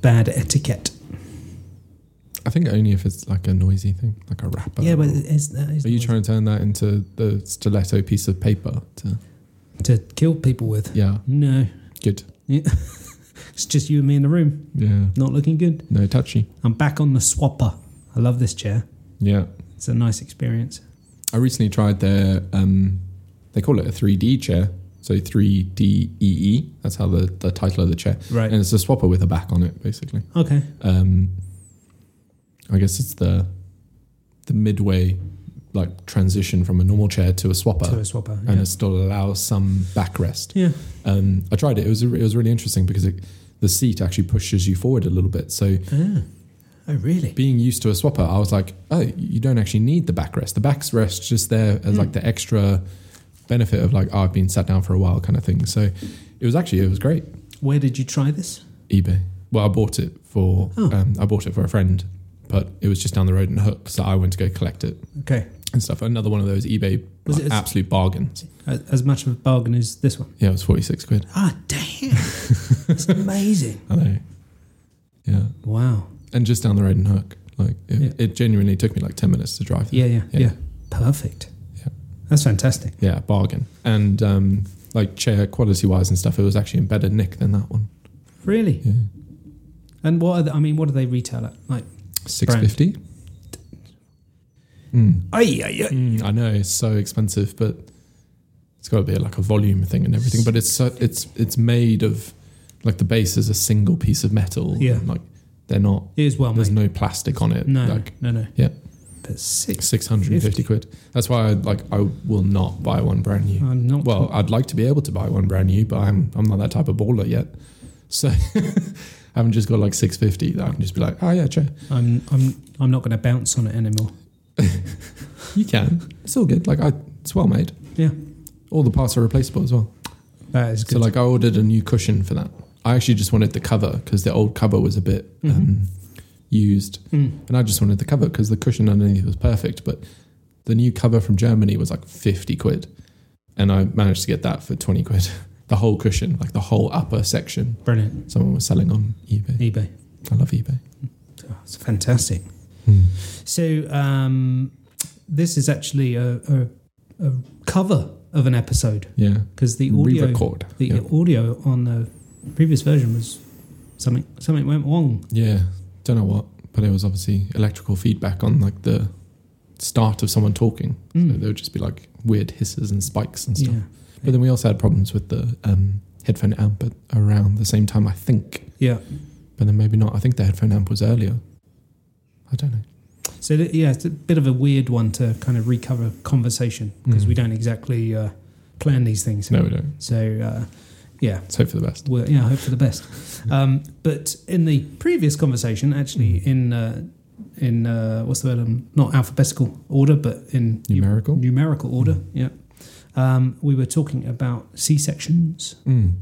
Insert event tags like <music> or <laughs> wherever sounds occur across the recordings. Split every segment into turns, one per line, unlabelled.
bad etiquette.
I think only if it's like a noisy thing, like a rapper.
yeah, uh, but is that is
Oh. Are you
noisy.
trying to turn that into the stiletto piece of paper? To,
to kill people with?
yeah,
No,
good.
<laughs> it's just you and me in the room.
Yeah,
Not looking good.
no touchy.
I'm back on the swapper. I love this chair.
Yeah,
It's a nice experience.
I recently tried their. Um, they call it a 3D chair, so 3DEE. E. That's how the, the title of the chair,
Right.
and it's a swapper with a back on it, basically.
Okay.
Um, I guess it's the the midway, like transition from a normal chair to a swapper,
to a swapper.
and
Yeah.
it still allows some backrest.
yeah.
Um, I tried it. It was it was really interesting because it, the seat actually pushes you forward a little bit. So
Ah. Oh, really?
being used to a swapper, I was like, oh, you don't actually need the backrest. The backrest's just there
Hmm.
as like the extra benefit of like, oh, I've been sat down for a while kind of thing. So it was actually it was great.
Where did you try this?
eBay. Well, I bought it for
Oh.
um, I bought it for a friend, but it was just down the road in Hook, so I went to go collect it
Okay.
and stuff. Another one of those eBay
Was
like,
it as-
absolute bargains.
A- As much of a bargain as this one.
Yeah, it was forty six quid.
Ah,
<laughs>
damn. It's amazing.
I know. Yeah.
Wow.
and just down the road in Hook. Like it,
Yeah.
it genuinely took me like ten minutes to drive. There.
Yeah, yeah, yeah.
Yeah.
Perfect.
Yeah.
That's fantastic.
Yeah, bargain and um, like chair quality wise and stuff. It was actually in better nick than that one.
Really?
Yeah,
And what are the, I mean, what do they retail at? Like,
six fifty. Mm.
ay, ay, ay.
Mm, I know it's so expensive, but it's got to be like a volume thing and everything. But it's so, it's it's made of like the base is a single piece of metal.
Yeah.
and, like they're not.
It is well
There's
made.
Oh no plastic on it.
No,
like
no, no.
yeah.
But six.
six hundred and fifty quid. That's why I like I will not buy one brand new.
I'm not.
Well, I'd like to be able to buy one brand new, but I'm I'm not that type of baller yet. So <laughs> I haven't just got like six fifty that I can just be like, oh yeah, sure,
I'm. I'm. I'm not going to bounce on it anymore.
you can. It's all good. Like I, it's well made.
Yeah.
All the parts are replaceable as well.
That is good.
So like I ordered a new cushion for that. I actually just wanted the cover because the old cover was a bit
Mm-hmm.
um, used,
Mm.
and I just wanted the cover because the cushion underneath was perfect. But the new cover from Germany was like fifty quid, and I managed to get that for twenty quid. <laughs> The whole cushion, like the whole upper section,
Brilliant.
someone was selling on eBay.
eBay.
I love eBay.
Oh, it's fantastic.
Hmm.
So um, this is actually a, a, a cover of an episode
Yeah.
because the audio,
Re-record.
the
yeah.
audio on the previous version was something something went wrong.
Yeah. Don't know what, but it was obviously electrical feedback on like the start of someone talking. So there would just be like weird hisses and spikes and stuff.
Yeah,
But then we also had problems with the um, headphone amp at around the same time, I think.
yeah.
But then maybe not. I think the headphone amp was earlier. I don't know.
So th- yeah, it's a bit of a weird one to kind of recover conversation because
Mm.
we don't exactly uh, plan these things.
No, we don't.
So uh, yeah,
Let's hope for the best.
Well, yeah, I hope for the best.
Mm.
Um, but in the previous conversation, actually, in uh, in uh, what's the word? Um, not alphabetical order, but in nu-
Numerical? Mm.
numerical order. Yeah, um, we were talking about C sections.
Mm.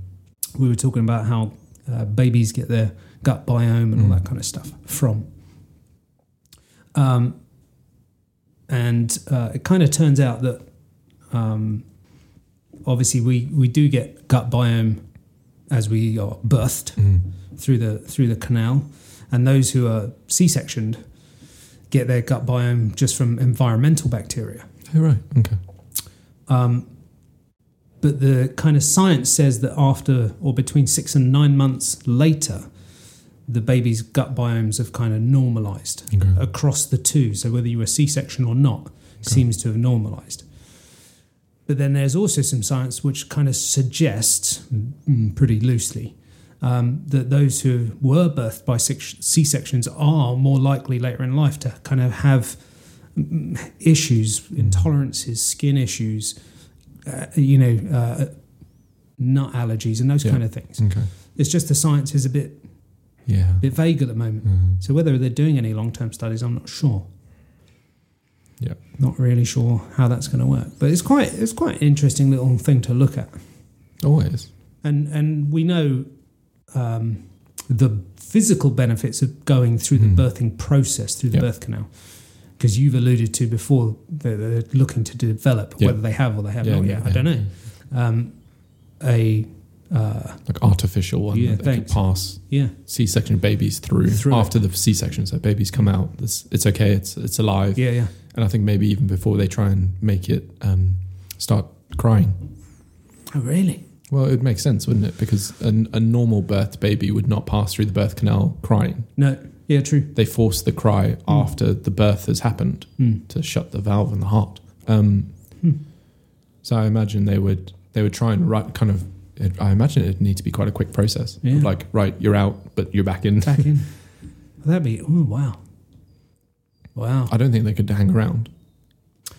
We were talking about how uh, babies get their gut biome and all
Mm.
that kind of stuff from. Um, and uh, it kind of turns out that um, obviously we we do get gut biome as we are birthed
Mm.
through the through the canal, and those who are C-sectioned get their gut biome just from environmental bacteria.
Oh, right. Okay.
Um, but the kind of science says that after or between six and nine months later, the baby's gut biomes have kind of normalized
Okay.
across the two. So whether you were C-section or not, seems to have normalized. But then there's also some science which kind of suggests, mm, pretty loosely, um, that those who were birthed by sec- C-sections are more likely later in life to kind of have mm, issues, intolerances, skin issues, uh, you know, uh, nut allergies, and those
Yeah.
kind of things.
Okay.
It's just the science is a bit
Yeah.
bit vague at the moment.
Mm.
So whether they're doing any long-term studies, I'm not sure.
Yeah.
Not really sure how that's going to work, but it's quite it's quite an interesting little thing to look at.
Always.
And and we know um, the physical benefits of going through the
Hmm.
birthing process through the
Yeah.
birth canal, because you've alluded to before that they're looking to develop
Yeah.
whether they have or they have
Yeah,
not
yeah,
yet. I
yeah.
don't know. Um, a Uh,
like artificial one
Yeah,
that they can
thanks.
pass
yeah,
C-section babies through,
Through it.
after the C-section. So babies come out. It's, it's okay. It's it's alive.
yeah, yeah.
And I think maybe even before they try and make it um, start crying.
Oh, really?
Well, it would make sense, wouldn't it? Because an, a normal birth baby would not pass through the birth canal crying.
No. Yeah, true.
They force the cry
Hmm.
after the birth has happened
Mm.
to shut the valve in the heart. Um,
Hmm.
So I imagine they would they would try and right kind of. It, I imagine it'd need to be quite a quick process.
Yeah.
Like right, you're out, but you're back
<laughs>
in.
Back in. That'd be. Oh, wow. Wow.
I don't think they could hang around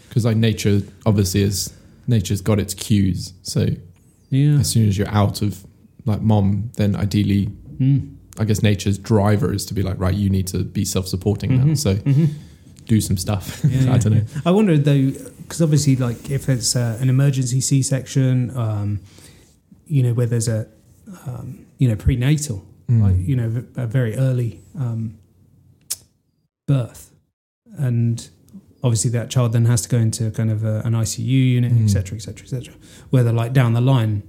because like nature obviously is nature's got its cues. So
Yeah.
as soon as you're out of like mom, then ideally,
Mm.
I guess nature's driver is to be like, right, you need to be self-supporting now.
Mhm.
So
Mhm.
do some stuff. <laughs>
Yeah, yeah,
I don't know.
yeah. I wonder though, because obviously, like if it's uh, an emergency C-section, um, you know, where there's a, um, you know, prenatal,
Mm.
like you know, a very early um, birth, and obviously that child then has to go into kind of a, an ICU unit,
Mm.
etc., etc., etc. Where they're like down the line,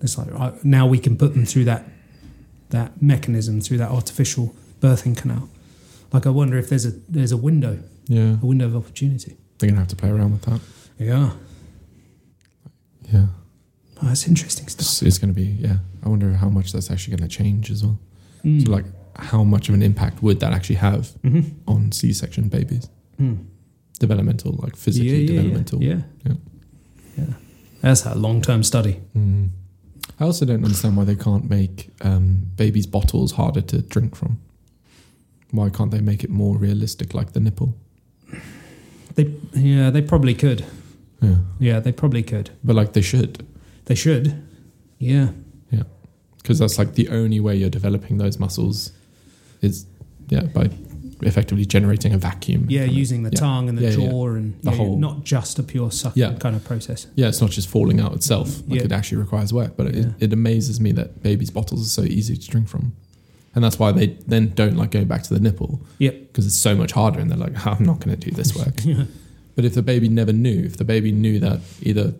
it's like right, now we can put them through that that mechanism through that artificial birthing canal. Like I wonder if there's a there's a window
Yeah,
a window of opportunity.
they're gonna have to play around with that.
Yeah,
Yeah,
oh, that's interesting stuff.
it's, it's gonna be. Yeah, I wonder how much that's actually gonna change as well.
Mm.
So like, how much of an impact would that actually have
Mhm.
on C-section babies?
Mm.
Developmental, like physically
yeah, yeah,
developmental.
Yeah, yeah.
Yeah.
Yeah. That's a long term study.
Mm. I also don't understand why they can't make um, babies' bottles harder to drink from. Why can't they make it more realistic, like the nipple?
They yeah they probably could.
Yeah,
Yeah, they probably could.
but like they should,
They should. Yeah.
because that's like the only way you're developing those muscles is yeah by effectively generating a vacuum.
Yeah,
Kind of-
using the
yeah.
tongue and the
Yeah, yeah.
jaw and
The
yeah,
whole-
not just a pure sucking
Yeah.
kind of process.
yeah, it's not just falling out itself. Like
Yeah.
it actually requires work, but it,
Yeah.
it amazes me that babies' bottles are so easy to drink from, and that's why they then don't like going back to the nipple.
Yep.
because it's so much harder, and they're like, "Ah, I'm not going to do this
<laughs>
work.
Yeah.
But if the baby never knew, if the baby knew that either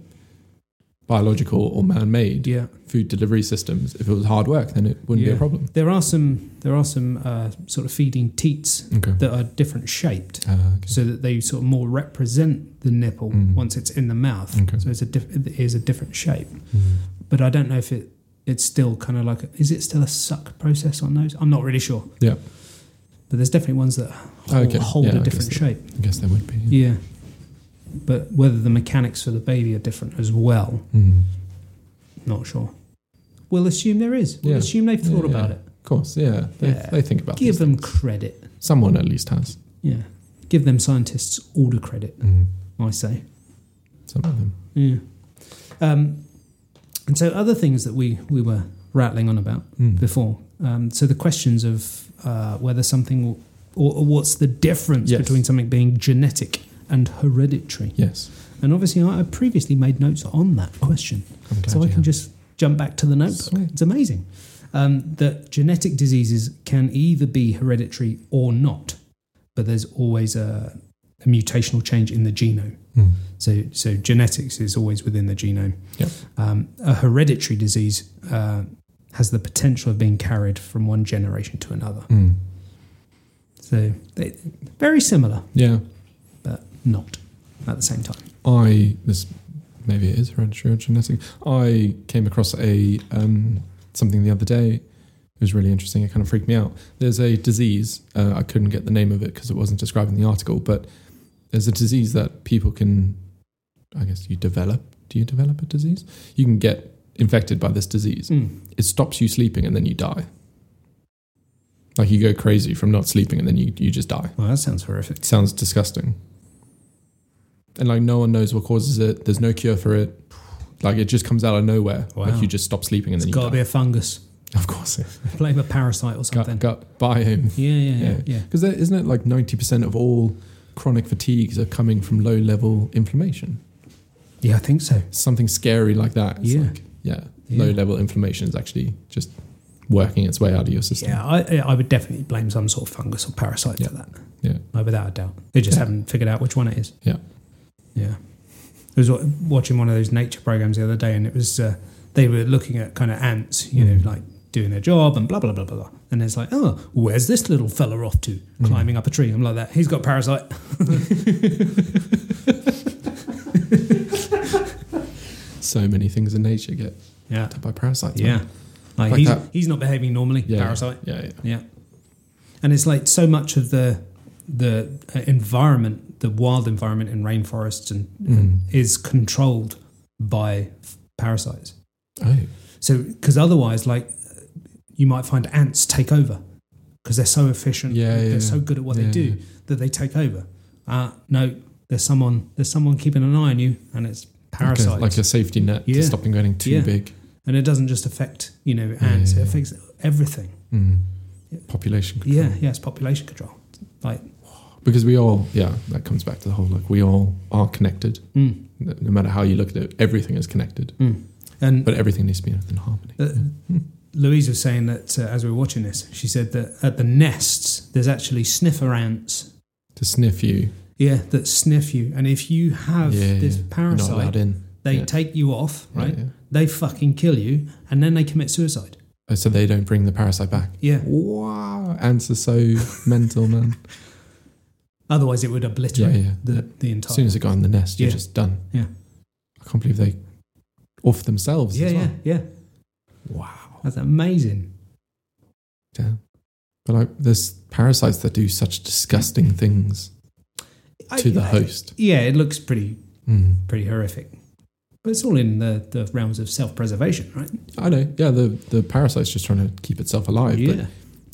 biological or man made
Yeah.
food delivery systems, if it was hard work, then it wouldn't be
Yeah.
a problem.
There are some there are some uh, sort of feeding teats
Okay.
that are different shaped.
Uh, okay.
so that they sort of more represent the nipple
Mm.
once it's in the mouth.
Okay.
So it's a diff- it is a different shape.
Mm.
But I don't know if it it's still kind of like is it still a suck process on those? I'm not really sure.
Yeah.
But there's definitely ones that
Oh,
hold,
okay.
hold
Yeah, I
a
guess
different
that-
shape.
I guess there would be.
Yeah. But whether the mechanics for the baby are different as well,
Mm.
not sure. We'll assume there is. We'll
Yeah.
assume they've thought
Yeah, yeah.
about it.
Of course, yeah. They,
Yeah.
they think about
Give
these
them
things.
credit.
Someone at least has.
Yeah. Give them scientists all the credit,
Mm.
I say.
Some of them.
Yeah. Um, and so other things that we, we were rattling on about
Mm.
before. Um, so the questions of uh, whether something will, or, or what's the difference
Yes.
between something being genetic and hereditary.
Yes.
And obviously, I, I previously made notes on that question,
I'm glad
so I
you
can
have.
just jump back to the notebook.
Sweet.
It's amazing um, that genetic diseases can either be hereditary or not, but there's always a, a mutational change in the genome.
Mm.
So, so genetics is always within the genome.
Yep.
Um, a hereditary disease uh, has the potential of being carried from one generation to another.
Mm.
So, they, very similar,
Yeah.
but not at the same time.
I this maybe it is hereditary or genetic. I came across a um, something the other day. It was really interesting. It kind of freaked me out. There's a disease. Uh, I couldn't get the name of it because it wasn't described in the article. But there's a disease that people can. I guess you develop. Do you develop a disease? You can get infected by this disease. It stops you sleeping and then you die. Like you go crazy from not sleeping and then you, you just die.
Well, that sounds horrific.
It sounds disgusting. And like no one knows what causes it. There's no cure for it. Like it just comes out of nowhere.
Wow.
Like you just stop sleeping and
It's
then
got
you
to
die.
be a fungus. <laughs>
<laughs> of course,
Blame a parasite or something.
gut, gut biome.
Yeah, yeah, yeah,
Yeah.
yeah.
Because isn't it like ninety percent of all chronic fatigues are coming from low level inflammation?
Yeah, I think so.
Something scary like that. It's
Yeah.
Like, yeah.
Yeah.
Low level inflammation is actually just working its way out of your system.
Yeah, I, I would definitely blame some sort of fungus or parasite for
Yeah.
that.
Yeah.
No, without a doubt. They just
Yeah.
haven't figured out which one it is.
Yeah.
Yeah. I was wa- watching one of those nature programs the other day, and it was uh, they were looking at kind of ants, you
Mm.
know, like doing their job and blah blah blah blah blah. And it's like, oh, where's this little fella off to?
Mm.
Climbing up a tree. I'm like that. He's got parasite.
So many things in nature get
Yeah,
attacked by parasites. man.
yeah. Like,
Like
he's
that-
he's not behaving normally.
Yeah.
Parasite.
Yeah, yeah.
Yeah, and it's like so much of the the uh, environment, the wild environment in rainforests, and
Mm.
is controlled by f- parasites.
Oh,
So, because otherwise, like you might find ants take over because they're so efficient.
Yeah,
they're
yeah,
so good at what
yeah,
they do
yeah.
that they take over. Uh, no, there's someone there's someone keeping an eye on you, and it's
like
parasites,
a, like a safety net
Yeah.
to stop them getting too
Yeah.
big.
and it doesn't just affect you know
Yeah,
ants;
yeah,
it
yeah.
affects everything.
Mm.
Yeah.
Population control.
Yeah, yeah, it's population control. Like,
Because we all, yeah, that comes back to the whole like we all are connected.
mm,
No no matter how you look at it, everything is connected,
mm. and
but everything needs to be in harmony.
Uh, Louise was saying that uh, as we were watching this, she said that at the nests, there's actually sniffer ants.
to sniff you,
Yeah, that sniff you. And if you have
yeah,
this
yeah, you're not allowed
parasite,
in,
they
yeah.
take you off, right?
Yeah.
They fucking kill you and then they commit suicide.
Oh, So they don't bring the parasite back.
Yeah.
Wow, ants are
<laughs>
so mental, man.
Otherwise, it would obliterate
Yeah, yeah.
The, the
As
entire.
soon as they got in the nest, you're
Yeah.
just done.
Yeah.
I can't believe they off themselves.
yeah,
as well.
yeah, yeah.
Wow.
That's amazing.
Damn. But like, there's parasites that do such disgusting things
I-
to the
I-
host.
Yeah, it looks pretty
Mm.
pretty horrific. But it's all in the, the realms of self preservation, right?
I know. Yeah, the the parasite's just trying to keep itself alive. But
yeah.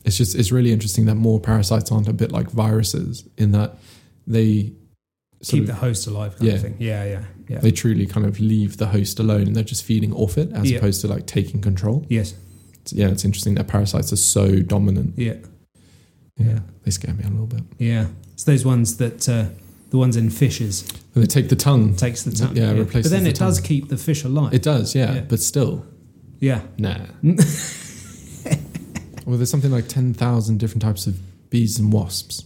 it's just it's really interesting that more parasites aren't a bit like viruses in that they sort
Keep
of-
the host alive, kind
Yeah.
of thing. Yeah, yeah, yeah.
they truly kind of leave the host alone and they're just feeding off it as
Yeah.
opposed to like taking control.
yes,
It's- yeah, it's interesting that parasites are so dominant.
yeah.
Yeah,
Yeah.
they scare me a little bit.
Yeah, it's those ones that uh, the ones in fishes
And they take the tongue.
takes the tongue.
Yeah, replaces
but then
the
it does
tongue.
keep the fish alive.
It does, yeah,
Yeah.
but still,
yeah,
nah. <laughs> well, there's something like ten thousand different types of bees and wasps,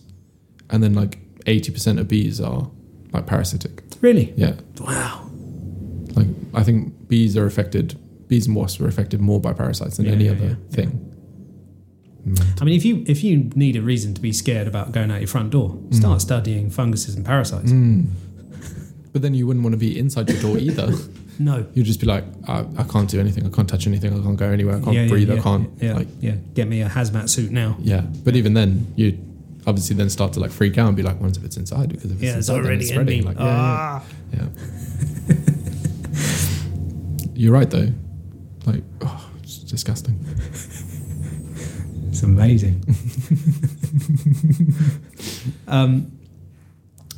and then like eighty percent of bees are like parasitic.
really.
Yeah,
Wow.
Like I think bees are affected, bees and wasps are affected more by parasites than
Yeah,
any
yeah,
other
yeah,
thing.
I mean, if you if you need a reason to be scared about going out your front door, start studying funguses and parasites.
Mm. <laughs> But then you wouldn't want to be inside your door either.
No.
You'd just be like, I, I can't do anything. I can't touch anything. I can't go anywhere. I can't
yeah, yeah,
breathe.
Yeah,
I can't.
Yeah,
Like,
yeah. Get me a hazmat suit now.
yeah. But even then, you obviously then start to like freak out and be like, what if it's inside? Because if it's
Yeah, it's
inside, then
already in me.
spreading. Like, yeah,
ah.
yeah, yeah. You're right though. Like, oh, it's disgusting.
It's amazing. <laughs> um,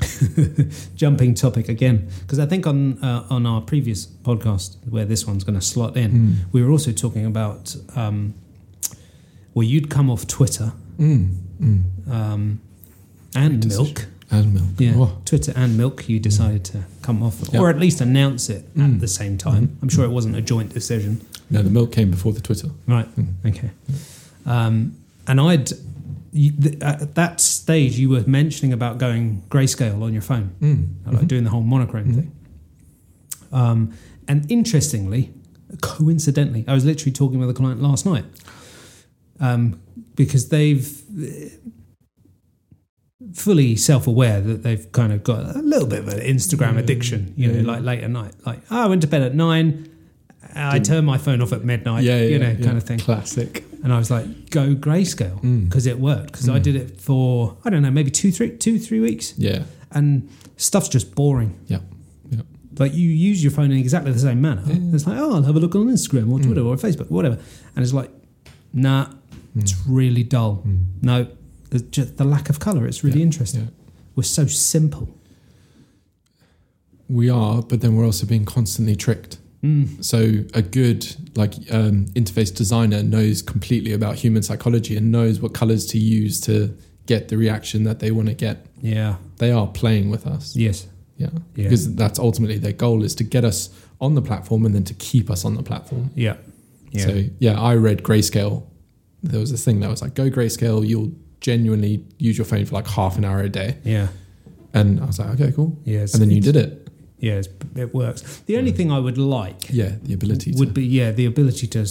<laughs> jumping topic again, because I think on uh, on our previous podcast where this one's going to slot in,
Mm.
we were also talking about um, well, you'd come off Twitter
Mm. Mm.
um, and
Great
milk,
And milk.
yeah,
Oh.
Twitter and milk. You decided to come off,
Yeah.
or at least announce it
Mm.
at the same time. I'm sure it wasn't a joint decision,
No, the milk came before the Twitter.
right?
Mm.
Okay. Um, and I'd you, th- uh, at that stage you were mentioning about going grayscale on your phone,
Mm.
like doing the whole monochrome
Mhm.
thing. Um, and interestingly, coincidentally, I was literally talking with a client last night um, because they've uh, fully self-aware that they've kind of got a little bit of an Instagram
Yeah.
addiction. You
Yeah.
know, like late at night, like oh, I went to bed at nine. I
Didn't-
turn my phone off at midnight, you know, kind of thing.
Classic.
And I was like, go grayscale
Mm.
because it worked. Because I
Mm.
did it for I don't know, maybe two, three, two, three weeks,
Yeah.
and stuff's just boring.
Yep. Yep.
Like you use your phone in exactly the same manner.
Yeah.
It's like, oh, I'll have a look on Instagram or
Mm.
Twitter or Facebook, whatever. And it's like, nah, it's
Mm.
really dull.
Mm.
No, the, just the lack of color. It's really
Yeah,
interesting.
yeah.
We're so simple.
We are, but then we're also being constantly tricked.
Mm.
So a good like um, interface designer knows completely about human psychology and knows what colors to use to get the reaction that they want to get.
Yeah.
They are playing with us.
Yes.
Yeah.
Yeah.
Because that's ultimately their goal is to get us on the platform and then to keep us on the platform.
Yeah. Yeah.
So yeah, I read grayscale. There was this thing that was like, go grayscale. You'll genuinely use your phone for like half an hour a day,
yeah.
and I was like, okay, cool.
Yeah. It's-
And then you Mm.
it's-
did it.
yeah, it's, it works. The only thing I would like
Yeah, the ability to.
would be yeah the ability to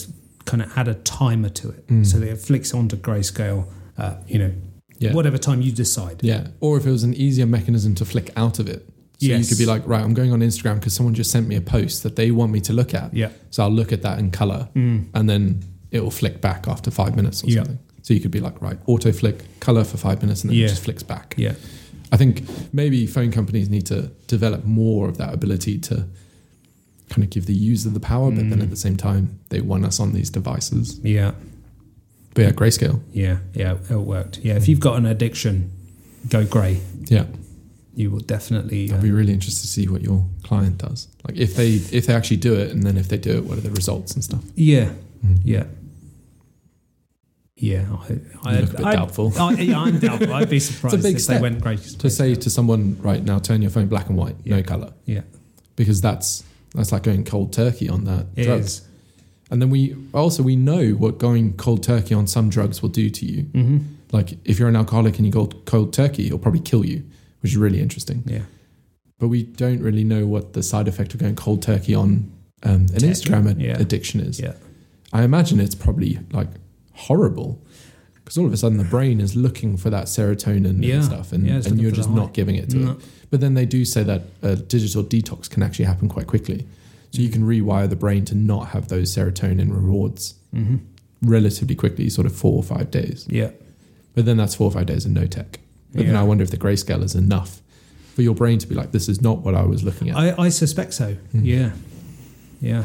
kind of add a timer to it
Mm.
so that it flicks onto grayscale. Uh, you know,
Yeah.
whatever time you decide.
Yeah, or if it was an easier mechanism to flick out of it. So you
Yes.
could be like, right, I'm going on Instagram because someone just sent me a post that they want me to look at.
Yeah.
So I'll look at that in color
Mm.
and then it will flick back after five minutes or
Yeah.
something. So you could be like, right, auto flick color for five minutes and then
Yeah.
it just flicks back.
Yeah.
I think maybe phone companies need to develop more of that ability to kind of give the user the power, but then
Mm.
at the same time, they want us on these devices.
Yeah.
But yeah, grayscale.
Yeah. Yeah. It worked. Yeah. If you've got an addiction, go grey.
Yeah.
You will definitely.
I'd
uh,
be really interested to see what your client does. Like if they if they actually do it, and then if they do it, what are the results and stuff? Mm.
yeah. Yeah. Yeah. I,
You look a bit doubtful.
I, yeah,
<laughs>
I'm doubtful. I'd be surprised
big
if
step
they went grey. To
To say to someone, right now, turn your phone black and white, no
Yeah.
color,
Yeah.
because that's that's like going cold turkey on that
It
drugs. And then we also we know what going cold turkey on some drugs will do to you.
Mm-hmm.
Like if you're an alcoholic and you go cold turkey, it'll probably kill you, which is really interesting.
Yeah.
But we don't really know what the side effect of going cold turkey on um, an
Tech.
Instagram ad-
Yeah.
addiction is.
Yeah.
I imagine it's probably like horrible because all of a sudden the brain is looking for that serotonin
Yeah.
and stuff, and,
Yeah, it's
and
looking
you're
for mm,
just
the
not
high.
giving it to
No.
it. But then they do say that a digital detox can actually happen quite quickly. So you can rewire the brain to not have those serotonin rewards
Mm-hmm.
relatively quickly, sort of four or five days.
Yeah.
But then that's four or five days of no tech. But then
Yeah.
I wonder if the grayscale is enough for your brain to be like, this is not what I was looking at.
I, I suspect so.
Mm.
Yeah. Yeah.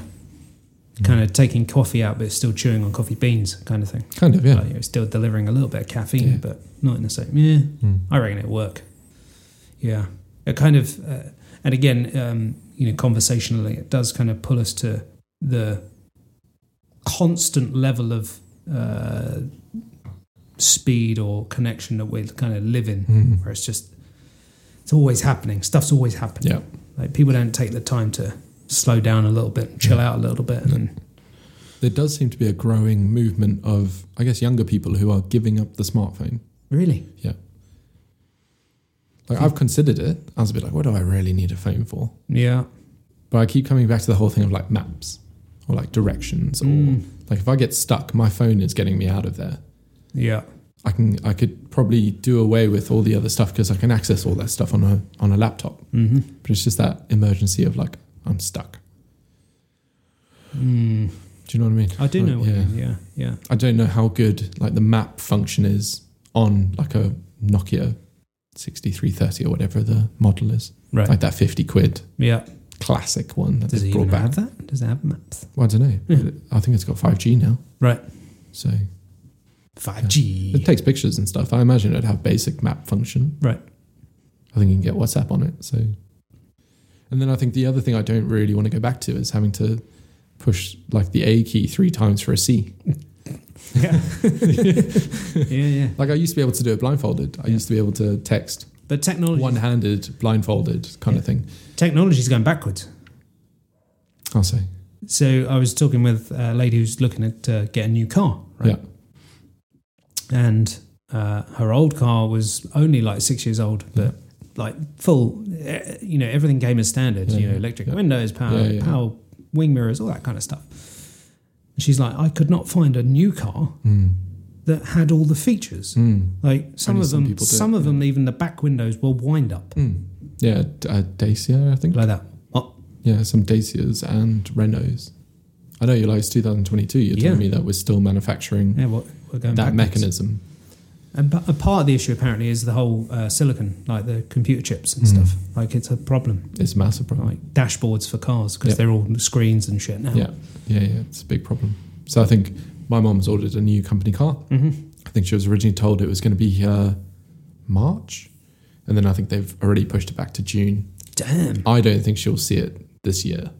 Hmm.
Kind of taking coffee out, but still chewing on coffee beans, kind of thing.
kind of, yeah.
Like, you know, still delivering a little bit of caffeine,
Yeah.
but not in the same. Yeah.
Mm.
I reckon it'd work. Yeah. It kind of, uh, and again, um, you know, conversationally, it does kind of pull us to the constant level of uh, speed or connection that we kind of live in,
Mm.
where it's just, it's always happening. Stuff's always happening.
Yeah.
Like people don't take the time to slow down a little bit, and chill out a little bit, and
There does seem to be a growing movement of, I guess, younger people who are giving up the smartphone.
really,
Like I've considered it. I was a bit like, what do I really need a phone for?
yeah,
But I keep coming back to the whole thing of like maps or like directions or
Mm.
like if I get stuck, my phone is getting me out of there.
yeah,
I can I could probably do away with all the other stuff because I can access all that stuff on a on a laptop.
mm-hmm.
But it's just that emergency of like I'm stuck.
mm.
Do you know what I mean?
I do
Like,
know what
yeah.
you mean. Yeah, yeah,
I don't know how good like the map function is on like a Nokia 6330 or whatever the model is.
right,
Like that 50 quid
yeah.
classic one that
Does
they
it
brought
even
back.
have that? Does it have maps?
Well, I don't know.
Yeah.
I think it's got 5G now.
Right.
So
<laughs> Five
it
G.
takes pictures and stuff. I imagine it'd have basic map function.
Right.
I think you can get WhatsApp on it. So, and then I think the other thing I don't really want to go back to is having to push like the A key three times for a C.
Yeah, <laughs> yeah, yeah.
Like I used to be able to do it blindfolded. I
Yeah.
used to be able to text
But technology,
one handed, blindfolded kind of
Yeah.
thing.
technology's going backwards.
I'll say.
So I was talking with a lady who's looking at uh, get a new car, right? And uh, her old car was only like six years old, but like full, eh, you know, everything came as standard.
Yeah,
you know,
yeah,
electric
yeah.
windows, power,
Yeah, yeah.
power wing mirrors, all that kind of stuff. And she's like, I could not find a new car
Mm.
that had all the features.
Mm.
Like some
Only
of
some
them,
people do it,
some of
yeah.
them, even the back windows were wind up
Mm. Yeah, D- uh, Dacia, I think.
like that. Oh,
Yeah, some Dacias and Renaults. I know you like it's 2022. You're telling
Yeah.
me that we're still manufacturing
yeah, what we're going
that
backwards.
mechanism.
And p- a part of the issue apparently is the whole uh, silicon, like the computer chips
Mm.
and stuff. Like it's a problem.
It's a massive problem.
Like dashboards for cars because
Yep.
they're all screens and shit now.
Yeah, yeah, yeah. It's a big problem. So I think my mom's ordered a new company car.
hmm
I think she was originally told it was going to be here March, and then I think they've already pushed it back to June.
Damn.
I don't think she'll see it this year.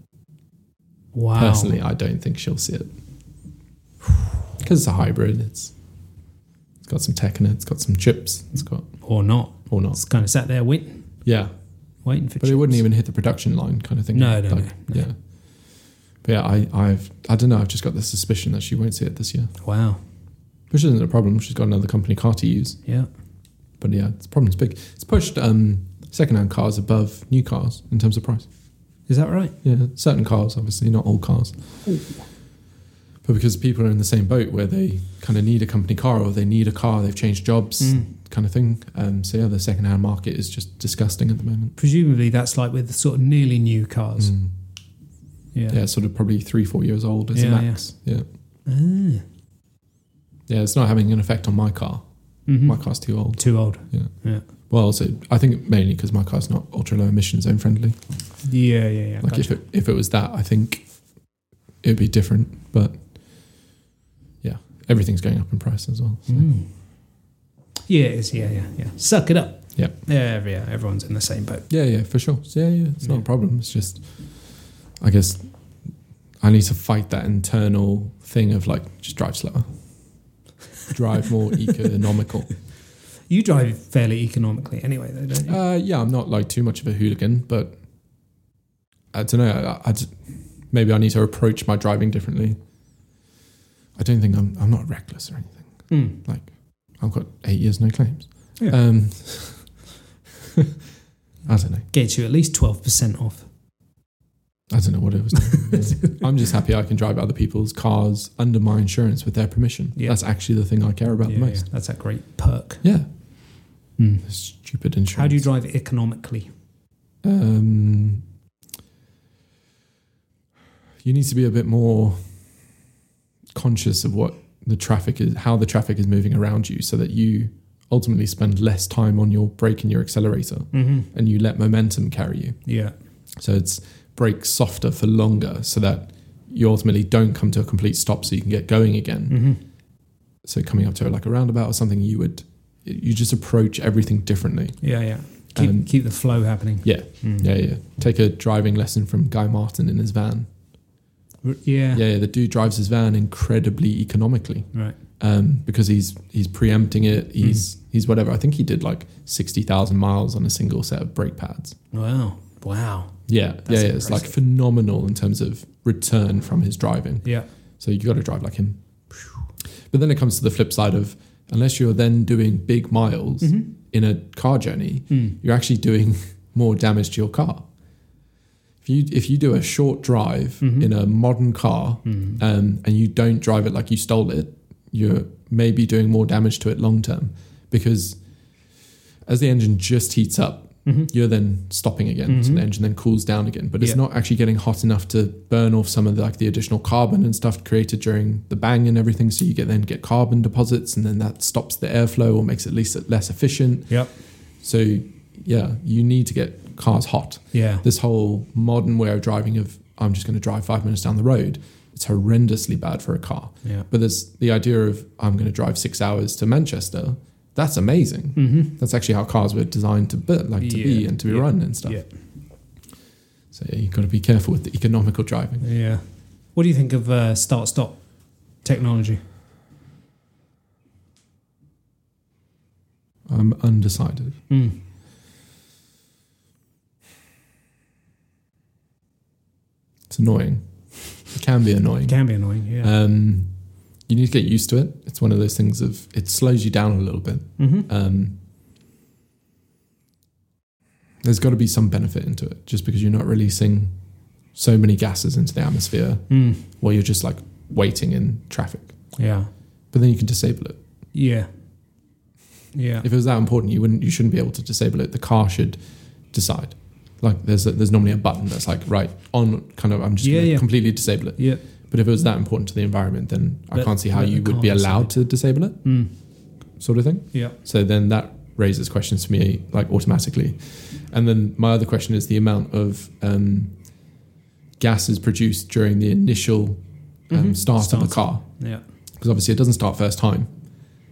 Wow.
Personally, I don't think she'll see it because it's a hybrid. It's it's got some tech in it. It's got some chips. It's got
Or not.
or
It's
not.
kind of sat there waiting,
Yeah,
waiting for
but it wouldn't even hit the production line kind of thing.
No, no, no, no.
yeah. But yeah, I, I've I don't know. I've just got the suspicion that she won't see it this year.
even. Wow.
which isn't a problem. She's got another company car to use,
Yeah.
but yeah, it's problem's big. It's pushed um, secondhand cars above new cars in terms of price.
Is that right?
Yeah, certain cars, obviously, not all cars. But because people are in the same boat where they kind of need a company car or they need a car, they've changed
Mm.
jobs, kind of thing. Um, so yeah, the secondhand market is just disgusting at the moment.
Presumably, that's like with sort of nearly new cars.
Mm.
Yeah.
Yeah, it's sort of probably three, four years old as a
Yeah, yeah.
max. Yeah.
Ah.
yeah, it's not having an effect on my car.
Mhm.
My car's too old.
Too old.
Well, also, I think mainly because my car's not ultra low emission zone friendly.
Yeah, yeah, yeah.
like
gotcha.
if it if it was that, I think it'd be different. But yeah, everything's going up in price as well. So.
Mm. Yeah, it is. Yeah, yeah, yeah. Suck it up.
Yeah.
Yeah, every- yeah, everyone's in the same boat.
Yeah, yeah, for sure. Yeah, yeah, it's not
Yeah.
a problem. It's just, I guess, I need to fight that internal thing of like just drive slower, drive more economical.
You drive fairly economically anyway, though, don't you?
Uh, yeah, I'm not like too much of a hooligan, but I don't know. I, I just- maybe I need to approach my driving differently. I don't think I'm I'm not reckless or anything.
Mm.
like I've got eight years no claims.
Yeah.
Um, <laughs> I don't know.
Gets you at least 12% off.
I don't know what it was.
<laughs>
I'm just happy I can drive other people's cars under my insurance with their permission.
Yeah.
That's actually the thing I care about
Yeah,
the
yeah,
most.
That's a great perk.
Yeah.
Mm.
Stupid insurance.
How do you drive economically?
Um, you need to be a bit more conscious of what the traffic is, how the traffic is moving around you, so that you ultimately spend less time on your brake and your accelerator.
Mm-hmm.
and you let momentum carry you.
Yeah.
So it's brake softer for longer so that you ultimately don't come to a complete stop so you can get going again.
Mm-hmm.
So coming up to like a roundabout or something, you would you just approach everything differently.
Yeah, yeah. Keep,
Um,
keep the flow happening.
Yeah.
Mm.
Yeah, yeah. Take a driving lesson from Guy Martin in his van.
R- Yeah.
Yeah, yeah the dude drives his van incredibly economically.
Right. Mm.
Um, because he's he's preempting it, he's he's whatever. I think he did like sixty thousand miles on a single set of brake pads.
Wow. Wow.
Yeah,
That's
yeah, yeah. It's like
impressive.
phenomenal in terms of return from his driving.
Yeah.
So you got to drive like him. But then it comes to the flip side of unless you're then doing big miles
Mhm.
in a car journey,
Mm.
you're actually doing <laughs> more damage to your car. If you if you do a short drive
Mhm.
in a modern car
Mm.
um, and you don't drive it like you stole it, you're maybe doing more damage to it long term because as the engine just heats up.
Mhm.
You're then stopping again, so
Mhm.
the engine then cools down again, but it's
Yeah.
not actually getting hot enough to burn off some of the, like the additional carbon and stuff created during the bang and everything. So you get then get carbon deposits, and then that stops the airflow or makes it less less efficient.
Yep.
So yeah, you need to get cars hot.
Yeah.
This whole modern way of driving of I'm just going to drive five minutes down the road, it's horrendously bad for a car.
Yeah.
But there's the idea of I'm going to drive six hours to Manchester. That's amazing.
Mm-hmm.
That's actually how cars were designed to be, like to be
Yeah,
and to be
yeah,
run and stuff.
yeah.
So yeah, you've got to be careful with the economical driving.
Yeah. What do you think of uh, start stop technology?
I'm undecided.
Mm.
It's annoying. It can be annoying.
It can be annoying. Yeah.
Um, you need to get used to it. It's one of those things of it slows you down a little bit.
mm-hmm.
Um, there's got to be some benefit into it, just because you're not releasing so many gases into the atmosphere
Mm.
while you're just like waiting in traffic.
Yeah.
But then you can disable it.
Yeah. Yeah.
If it was that important, you wouldn't, you shouldn't be able to disable it. The car should decide. Like there's a, there's normally a button that's like right on kind of I'm just
Yeah,
gonna
yeah.
completely disable it.
Yeah.
But if it was that important to the environment, then I
Let-
can't see how
let
you
the
would
car
be allowed to disable it,
Mm.
sort of thing.
Yeah.
So then that raises questions for me like automatically. And then my other question is the amount of um, gases produced during the initial um,
Mhm.
start, of
Start.
a car.
Yeah.
Because obviously it doesn't start first time.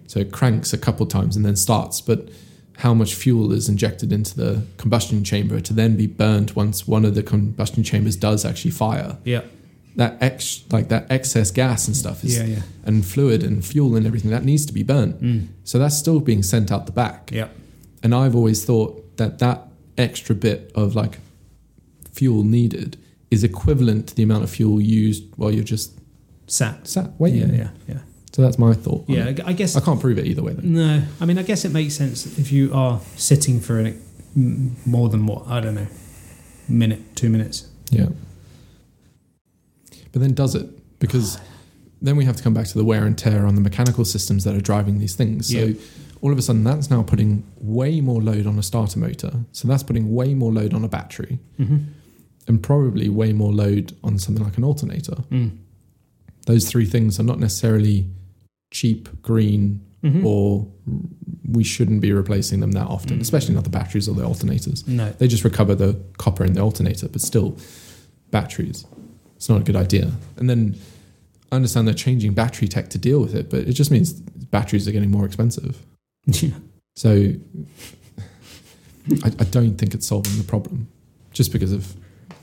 So it cranks a couple times and then starts. But how much fuel is injected into the combustion chamber to then be burned once one of the combustion chambers does actually fire?
Yeah.
That ex- like that excess gas and stuff is,
Yeah. Yeah.
and fluid and fuel and everything that needs to be burnt.
Mm.
So that's still being sent out the back.
Yeah.
And I've always thought that that extra bit of like fuel needed is equivalent to the amount of fuel used while you're just
Sat.
sat waiting.
Yeah. Yeah.
So that's my thought. on
Yeah.
it.
Yeah. I guess
I can't prove it either way. Though.
No, I mean, I guess it makes sense if you are sitting for an, m- more than what I don't know, minute, two minutes
Yeah. But then does it? Because
<sighs>
then we have to come back to the wear and tear on the mechanical systems that are driving these things. So
Yeah.
all of a sudden, that's now putting way more load on a starter motor. So that's putting way more load on a battery
Mm-hmm.
and probably way more load on something like an alternator.
Mm.
Those three things are not necessarily cheap, green,
hmm
or we shouldn't be replacing them that often,
Mm.
especially not the batteries or the alternators.
<laughs> no.
They just recover the copper in the alternator, but still, batteries. It's not a good idea. And then I understand they're changing battery tech to deal with it, but it just means batteries are getting more expensive.
Yeah.
So <laughs> I, I don't think it's solving the problem just because of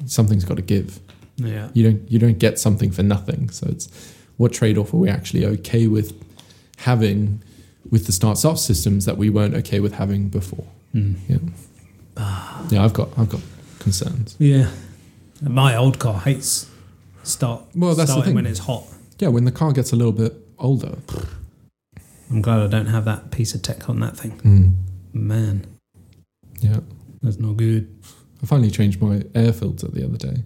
something's got to give.
Yeah.
You don't you don't get something for nothing. So it's what trade off are we actually okay with having with the start stop systems that we weren't okay with having before?
Mm.
Yeah, I've got I've got concerns.
Yeah. My old car hates start.
Well, that's the
starting
thing.
when it's hot.
Yeah, when the car gets a little bit older,
I'm glad I don't have that piece of tech on that thing. Man,
yeah,
that's not good.
I finally changed my air filter the other day.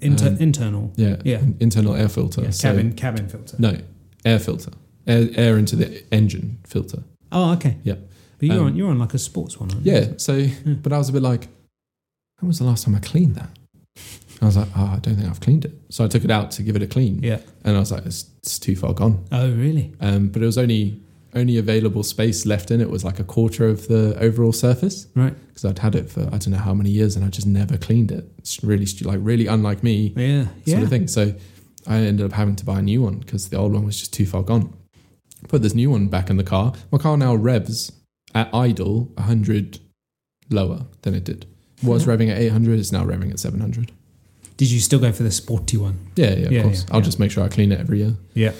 Inter-
Um,
internal.
Yeah,
Yeah.
an internal air filter.
Yeah,
So-
cabin cabin filter.
no, air filter, air, air into the engine filter.
Oh, okay.
Yeah.
But you're
Um,
on you're on like a sports one, aren't you?
Yeah. So,
Hmm.
but I was a bit like, when was the last time I cleaned that? I was like, oh, I don't think I've cleaned it. So I took it out to give it a clean,
Yeah.
and I was like, it's, it's too far gone.
Oh, really?
Um, but it was only only available space left in it was like a quarter of the overall surface,
Right.
Because I'd had it for I don't know how many years, and I just never cleaned it. It's really stu- like really unlike me
Yeah. Yeah.
sort of thing. So I ended up having to buy a new one because the old one was just too far gone. Put this new one back in the car. My car now revs at idle 100 lower than it did. Was
Yeah.
revving at 800, it's now revving at 700.
Did you still go for the sporty one?
Yeah, yeah, of
Yeah,
course.
yeah,
I'll
yeah.
just make sure I clean it every year.
Yeah.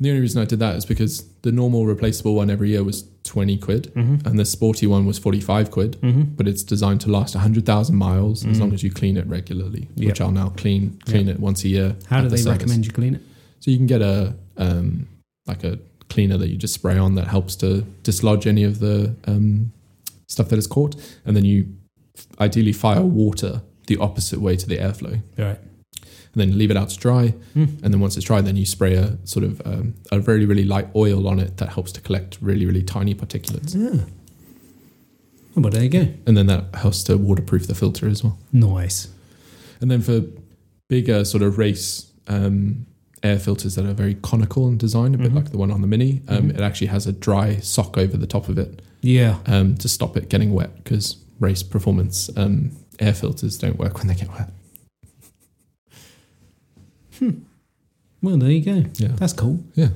The only reason I did that is because the normal replaceable one every year was 20 quid
Mm-hmm.
and the sporty one was 45 quid,
Mm-hmm.
but it's designed to last 100,000 miles as
Mm.
long as you clean it regularly,
Yeah.
which I'll now clean clean it once a year.
How
at
do
the
they
service.
recommend you clean it?
So you can get a um, like a cleaner that you just spray on that helps to dislodge any of the um, stuff that is caught, and then you ideally fire water the opposite way to the airflow, and
Right.
then leave it out to dry.
Mm.
And then once it's dry, then you spray a sort of um, a very really light oil on it that helps to collect really really tiny particulates,
Yeah. Well, there you go.
and then that helps to waterproof the filter as well.
Nice.
And then for bigger sort of race um, air filters that are very conical in design, a bit
Mhm.
like the one on the Mini, um,
Mhm.
it actually has a dry sock over the top of it
Yeah.
um, to stop it getting wet because race performance um, air filters don't work when they get wet.
Well, there you go.
Yeah,
That's cool.
Yeah.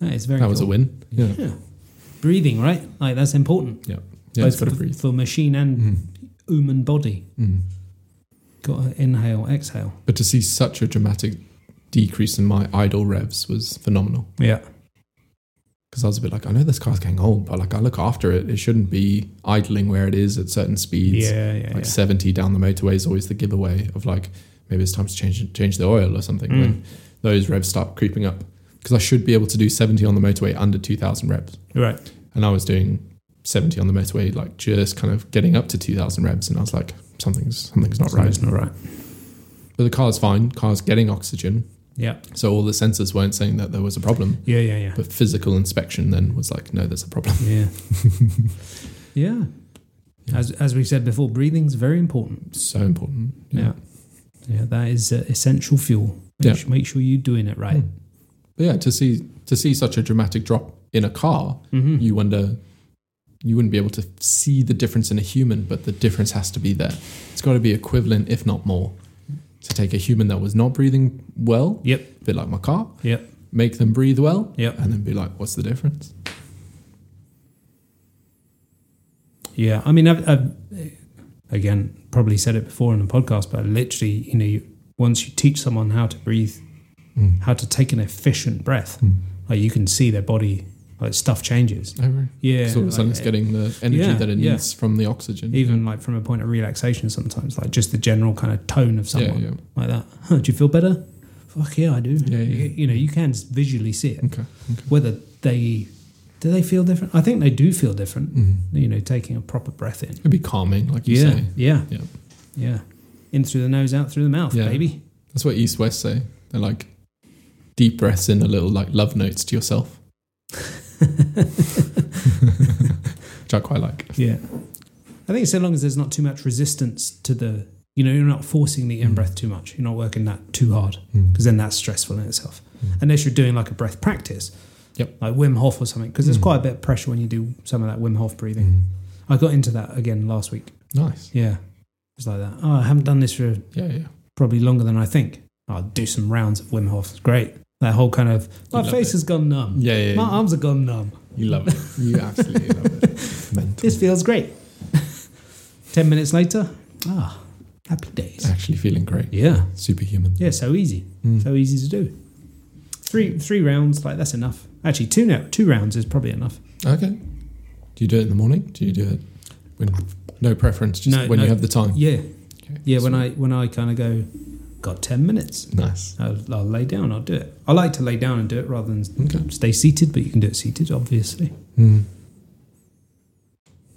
That is very
that was a
cool.
win. Yeah,
Yeah. Breathing, right? Like that's important.
yeah
Both Mm-hmm.
it's got to
for,
breathe.
for machine and
Mm.
human body.
Mm.
Got to inhale, exhale.
But to see such a dramatic decrease in my idle revs was phenomenal
Yeah.
because I was a bit like, I know this car's getting old, but like I look after it. It shouldn't be idling where it is at certain speeds.
yeah, yeah,
like
yeah.
70 down the motorway is always the giveaway of like maybe it's time to change change the oil or something
Mm.
when those revs start creeping up because I should be able to do 70 on the motorway under 2000 revs
Right.
and I was doing 70 on the motorway like just kind of getting up to 2000 revs and I was like something's something's not right
It's not right.
but the car's fine car's getting oxygen
Yeah.
so all the sensors weren't saying that there was a problem
Yeah, yeah, yeah.
but physical inspection then was like no there's a problem <laughs>
Yeah. yeah.
Yeah.
As, as we said before, breathing's very important.
so important
Yeah. Yeah, that is uh, essential fuel. Make,
Yeah.
su- make sure you're doing it right.
but yeah to see to see such a dramatic drop in a car
Mm-hmm.
Hmm. you wonder you wouldn't be able to see the difference in a human but the difference has to be there it's got to be equivalent if not more to take a human that was not breathing well
Yep.
a bit like my car
Yep.
make them breathe well
Yep.
and then be like what's the difference
Yeah, I mean, I've, I've again probably said it before in the podcast, but literally, you know, you, once you teach someone how to breathe,
Mm.
how to take an efficient breath,
Mm.
like you can see their body, like stuff changes. Yeah,
so all of a
like,
sudden
eh,
it's getting the energy
Yeah,
that it
yeah.
needs from the oxygen
even like from a point of relaxation sometimes, like just the general kind of tone of
yeah
someone
yeah
like that. Huh, do you feel better? Fuck yeah, I do.
Yeah, yeah.
You, you know, you can visually see it.
okay
Whether they do they feel different? I think they do feel different.
mm.
You know, taking a proper breath in.
it'd be calming like you
yeah,
say
yeah,
Yeah.
yeah. in through the nose, out through the mouth,
Yeah.
baby. <laughs>
That's what East West say. They're like deep breaths in, a little like love notes to yourself, which I quite like.
yeah. I think so long as there's not too much resistance to the, you know, you're not forcing the in breath too much. You're not working that too hard because then that's stressful in itself.
Mm.
Unless you're doing like a breath practice,
Yep.
like Wim Hof or something, because there's
Mm.
quite a bit of pressure when you do some of that Wim Hof breathing.
Mm.
I got into that again last week.
Nice.
Yeah, it's like that. Oh, I haven't done this for
Yeah, yeah.
probably longer than I think. I'll do some rounds of Wim Hof. It's great. That whole kind of my
love
face
it.
has gone numb.
Yeah, yeah.
My
yeah.
arms have gone numb.
You love it. You absolutely love
<laughs>
it. Mental.
This feels great. Ten minutes later, ah, happy days.
actually feeling great.
Yeah,
Superhuman.
yeah, so easy,
Mm.
so easy to do. Three three rounds, like that's enough. Actually, two now, two rounds is probably enough.
Okay. Do you do it in the morning? Do you do it when no preference, just
No,
when you
no.
have the time?
Yeah,
Okay.
yeah. When
Sweet.
I when I kind of go, got ten minutes.
nice.
I'll, I'll lay down. I'll do it. I like to lay down and do it rather than
Okay.
stay seated, but you can do it seated, obviously.
Mm.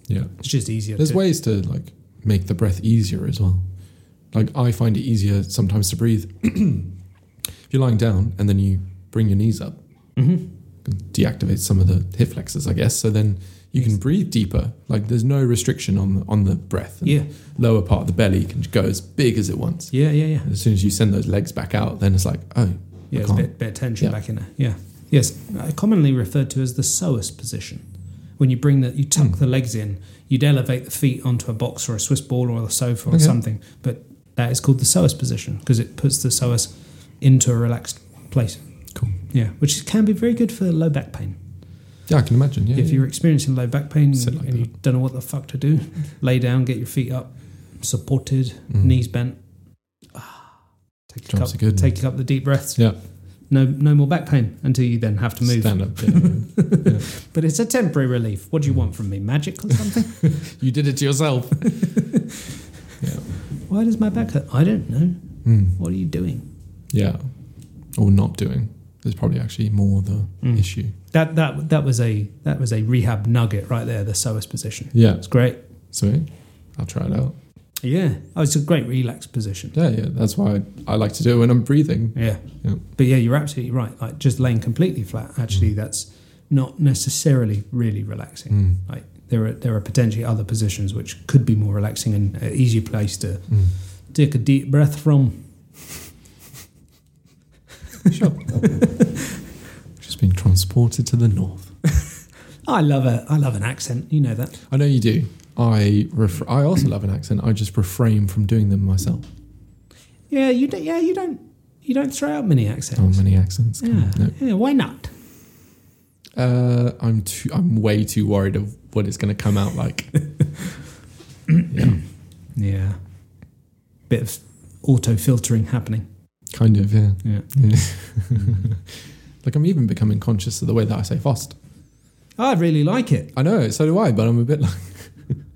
Yeah.
It's just easier.
There's
to,
ways to like make the breath easier as well. Like I find it easier sometimes to breathe. <clears throat> if you're lying down and then you bring your knees up,
Mhm.
deactivates some of the hip flexors, I guess. So then you can
Yes.
breathe deeper. Like there's no restriction on the, on the breath. And
Yeah,
Lower part of the belly can go as big as it wants.
yeah, yeah, yeah.
And as soon as you send those legs back out, then it's like, oh,
Yeah,
I
it's a
can't.
bit, bit of tension
Yeah.
back in there. Yeah. Yes, uh, commonly referred to as the psoas position. When you bring the, you tuck
Hmm.
the legs in, you'd elevate the feet onto a box or a Swiss ball or a sofa or
Okay.
something. But that is called the psoas position because it puts the psoas into a relaxed place.
Cool.
Yeah, which can be very good for low back pain.
yeah, I can imagine. Yeah,
if
yeah.
you're experiencing low back pain
Sit like
and you don't know what the fuck to do, lay down, get your feet up, supported,
Mm.
knees bent. Ah, <sighs> Take a,
Jobs
cup,
are good.
take a couple of deep breaths.
Yeah.
No, no more back pain until you then have to move.
Stand up. <laughs> yeah,
<laughs>
yeah.
But it's a temporary relief. What do you want from me? Magic or something?
<laughs> you did it
<laughs>
to yourself.
Why does my back hurt? I don't know.
Mm.
What are you doing?
Yeah. Or not doing. There's probably actually more the
Mm.
issue.
That that that was a that was a rehab nugget right there. The psoas position.
Yeah.
It's great.
So I'll try it out.
Yeah. Oh, it's a great relax position.
Yeah, yeah. That's why I, I like to do it when I'm breathing.
Yeah.
Yeah.
But yeah, you're absolutely right. Like just laying completely flat, actually, that's not necessarily really relaxing.
Mm.
Like there are there are potentially other positions which could be more relaxing and an easier place to
Mm.
take a deep breath from.
<laughs> Sure. Just being transported to the north.
I love a I love an accent. You know that.
I know you do. I ref- I also love an accent. I just refrain from doing them myself.
Yeah. You do, yeah. You don't you don't throw out many accents.
How Oh, many accents? Come
yeah.
on, no.
yeah. Why not?
Uh, I'm too. I'm way too worried of what it's going to come out like. yeah,
Yeah. Bit of auto filtering happening.
<laughs> kind of. Yeah.
Yeah.
<laughs> like I'm even becoming conscious of the way that I say "fost."
I really like it.
I know, so do I, but I'm a bit like.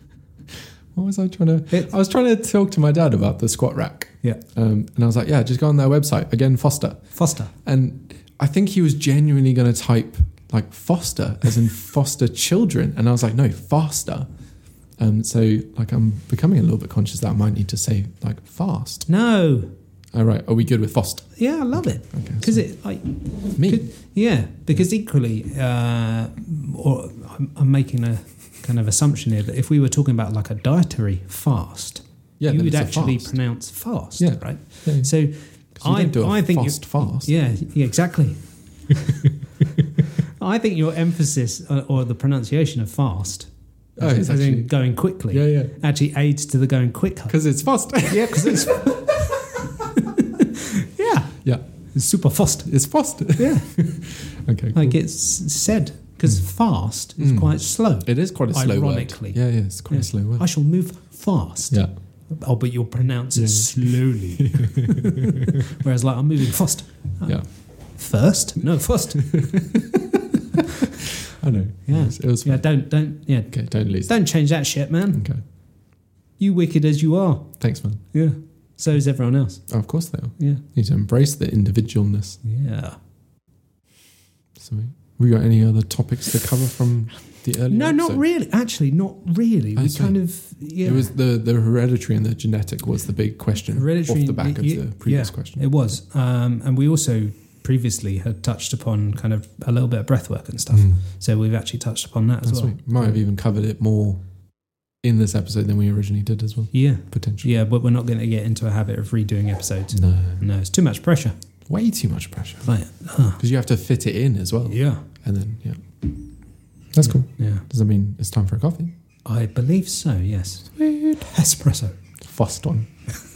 <laughs> what was I trying to?
It-
I was trying to talk to my dad about the squat rack.
Yeah.
Um, and I was like, yeah, just go on their website again, Foster.
Foster.
And I think he was genuinely going to type like Foster,
<laughs>
as in foster children. And I was like, no, faster. Um, so like I'm becoming a little bit conscious that I might need to say like fast.
No.
All right, are we good with Foster?
Yeah, I love it
Okay,
because it like
so me.
Could- Yeah, because equally, uh, or I'm, I'm making a kind of assumption here that if we were talking about like a dietary fast,
yeah,
you
then
would
it's a
actually
fast.
pronounce fast,
Yeah.
right?
Yeah, yeah.
So
'Cause you
I-
don't do a
I think you-
fast fast.
yeah, yeah
<laughs>
exactly. I think your emphasis uh, or the pronunciation of fast,
Oh,
as
it's
in
actually-
going quickly,
yeah, yeah,
actually aids to the going
<laughs>
quicker.
because it's fast.
Yeah, because
<laughs>
it's <laughs> yeah,
yeah,
it's super fast.
it's fast.
Yeah,
<laughs> Okay, cool.
like it's said because fast is
Mm.
quite slow.
it is quite a slow
Ironically.
word. Yeah, yeah, it's quite
Yeah.
a slow word.
I shall move fast.
yeah,
Oh, but you'll pronounce it
Yeah. <laughs>
slowly. Whereas, like, I'm moving fast. Oh,
Yeah.
First? No,
<laughs>
first.
I know.
Yeah.
it was, it was
yeah, don't, don't, yeah.
Okay, don't lose.
Don't change that shit, man.
Okay,
You wicked as you are.
thanks, man.
Yeah. So is everyone else.
Oh, of course they are.
Yeah.
Need to embrace the individualness.
Yeah.
Something. We got any other topics to cover from the earlier?
No, not
episode?
really. Actually, not really.
I
We
see.
kind of yeah.
It was the, the hereditary and the genetic was the big question
Hereditary
off the
and-
back of
y-
the previous
yeah,
question.
It was, um, and we also previously had touched upon kind of a little bit of breath work and stuff.
Mm.
So we've actually touched upon that as
That's
well.
sweet. Might have even covered it more in this episode than we originally did as well,
Yeah,
potentially.
yeah, but we're not going to get into a habit of redoing episodes.
No,
No, it's too much pressure.
way too much pressure
Like, huh.
because you have to fit it in as well.
yeah,
And then, yeah, that's cool.
yeah.
Does that mean it's time for a coffee?
I believe so. Yes, espresso.
First one.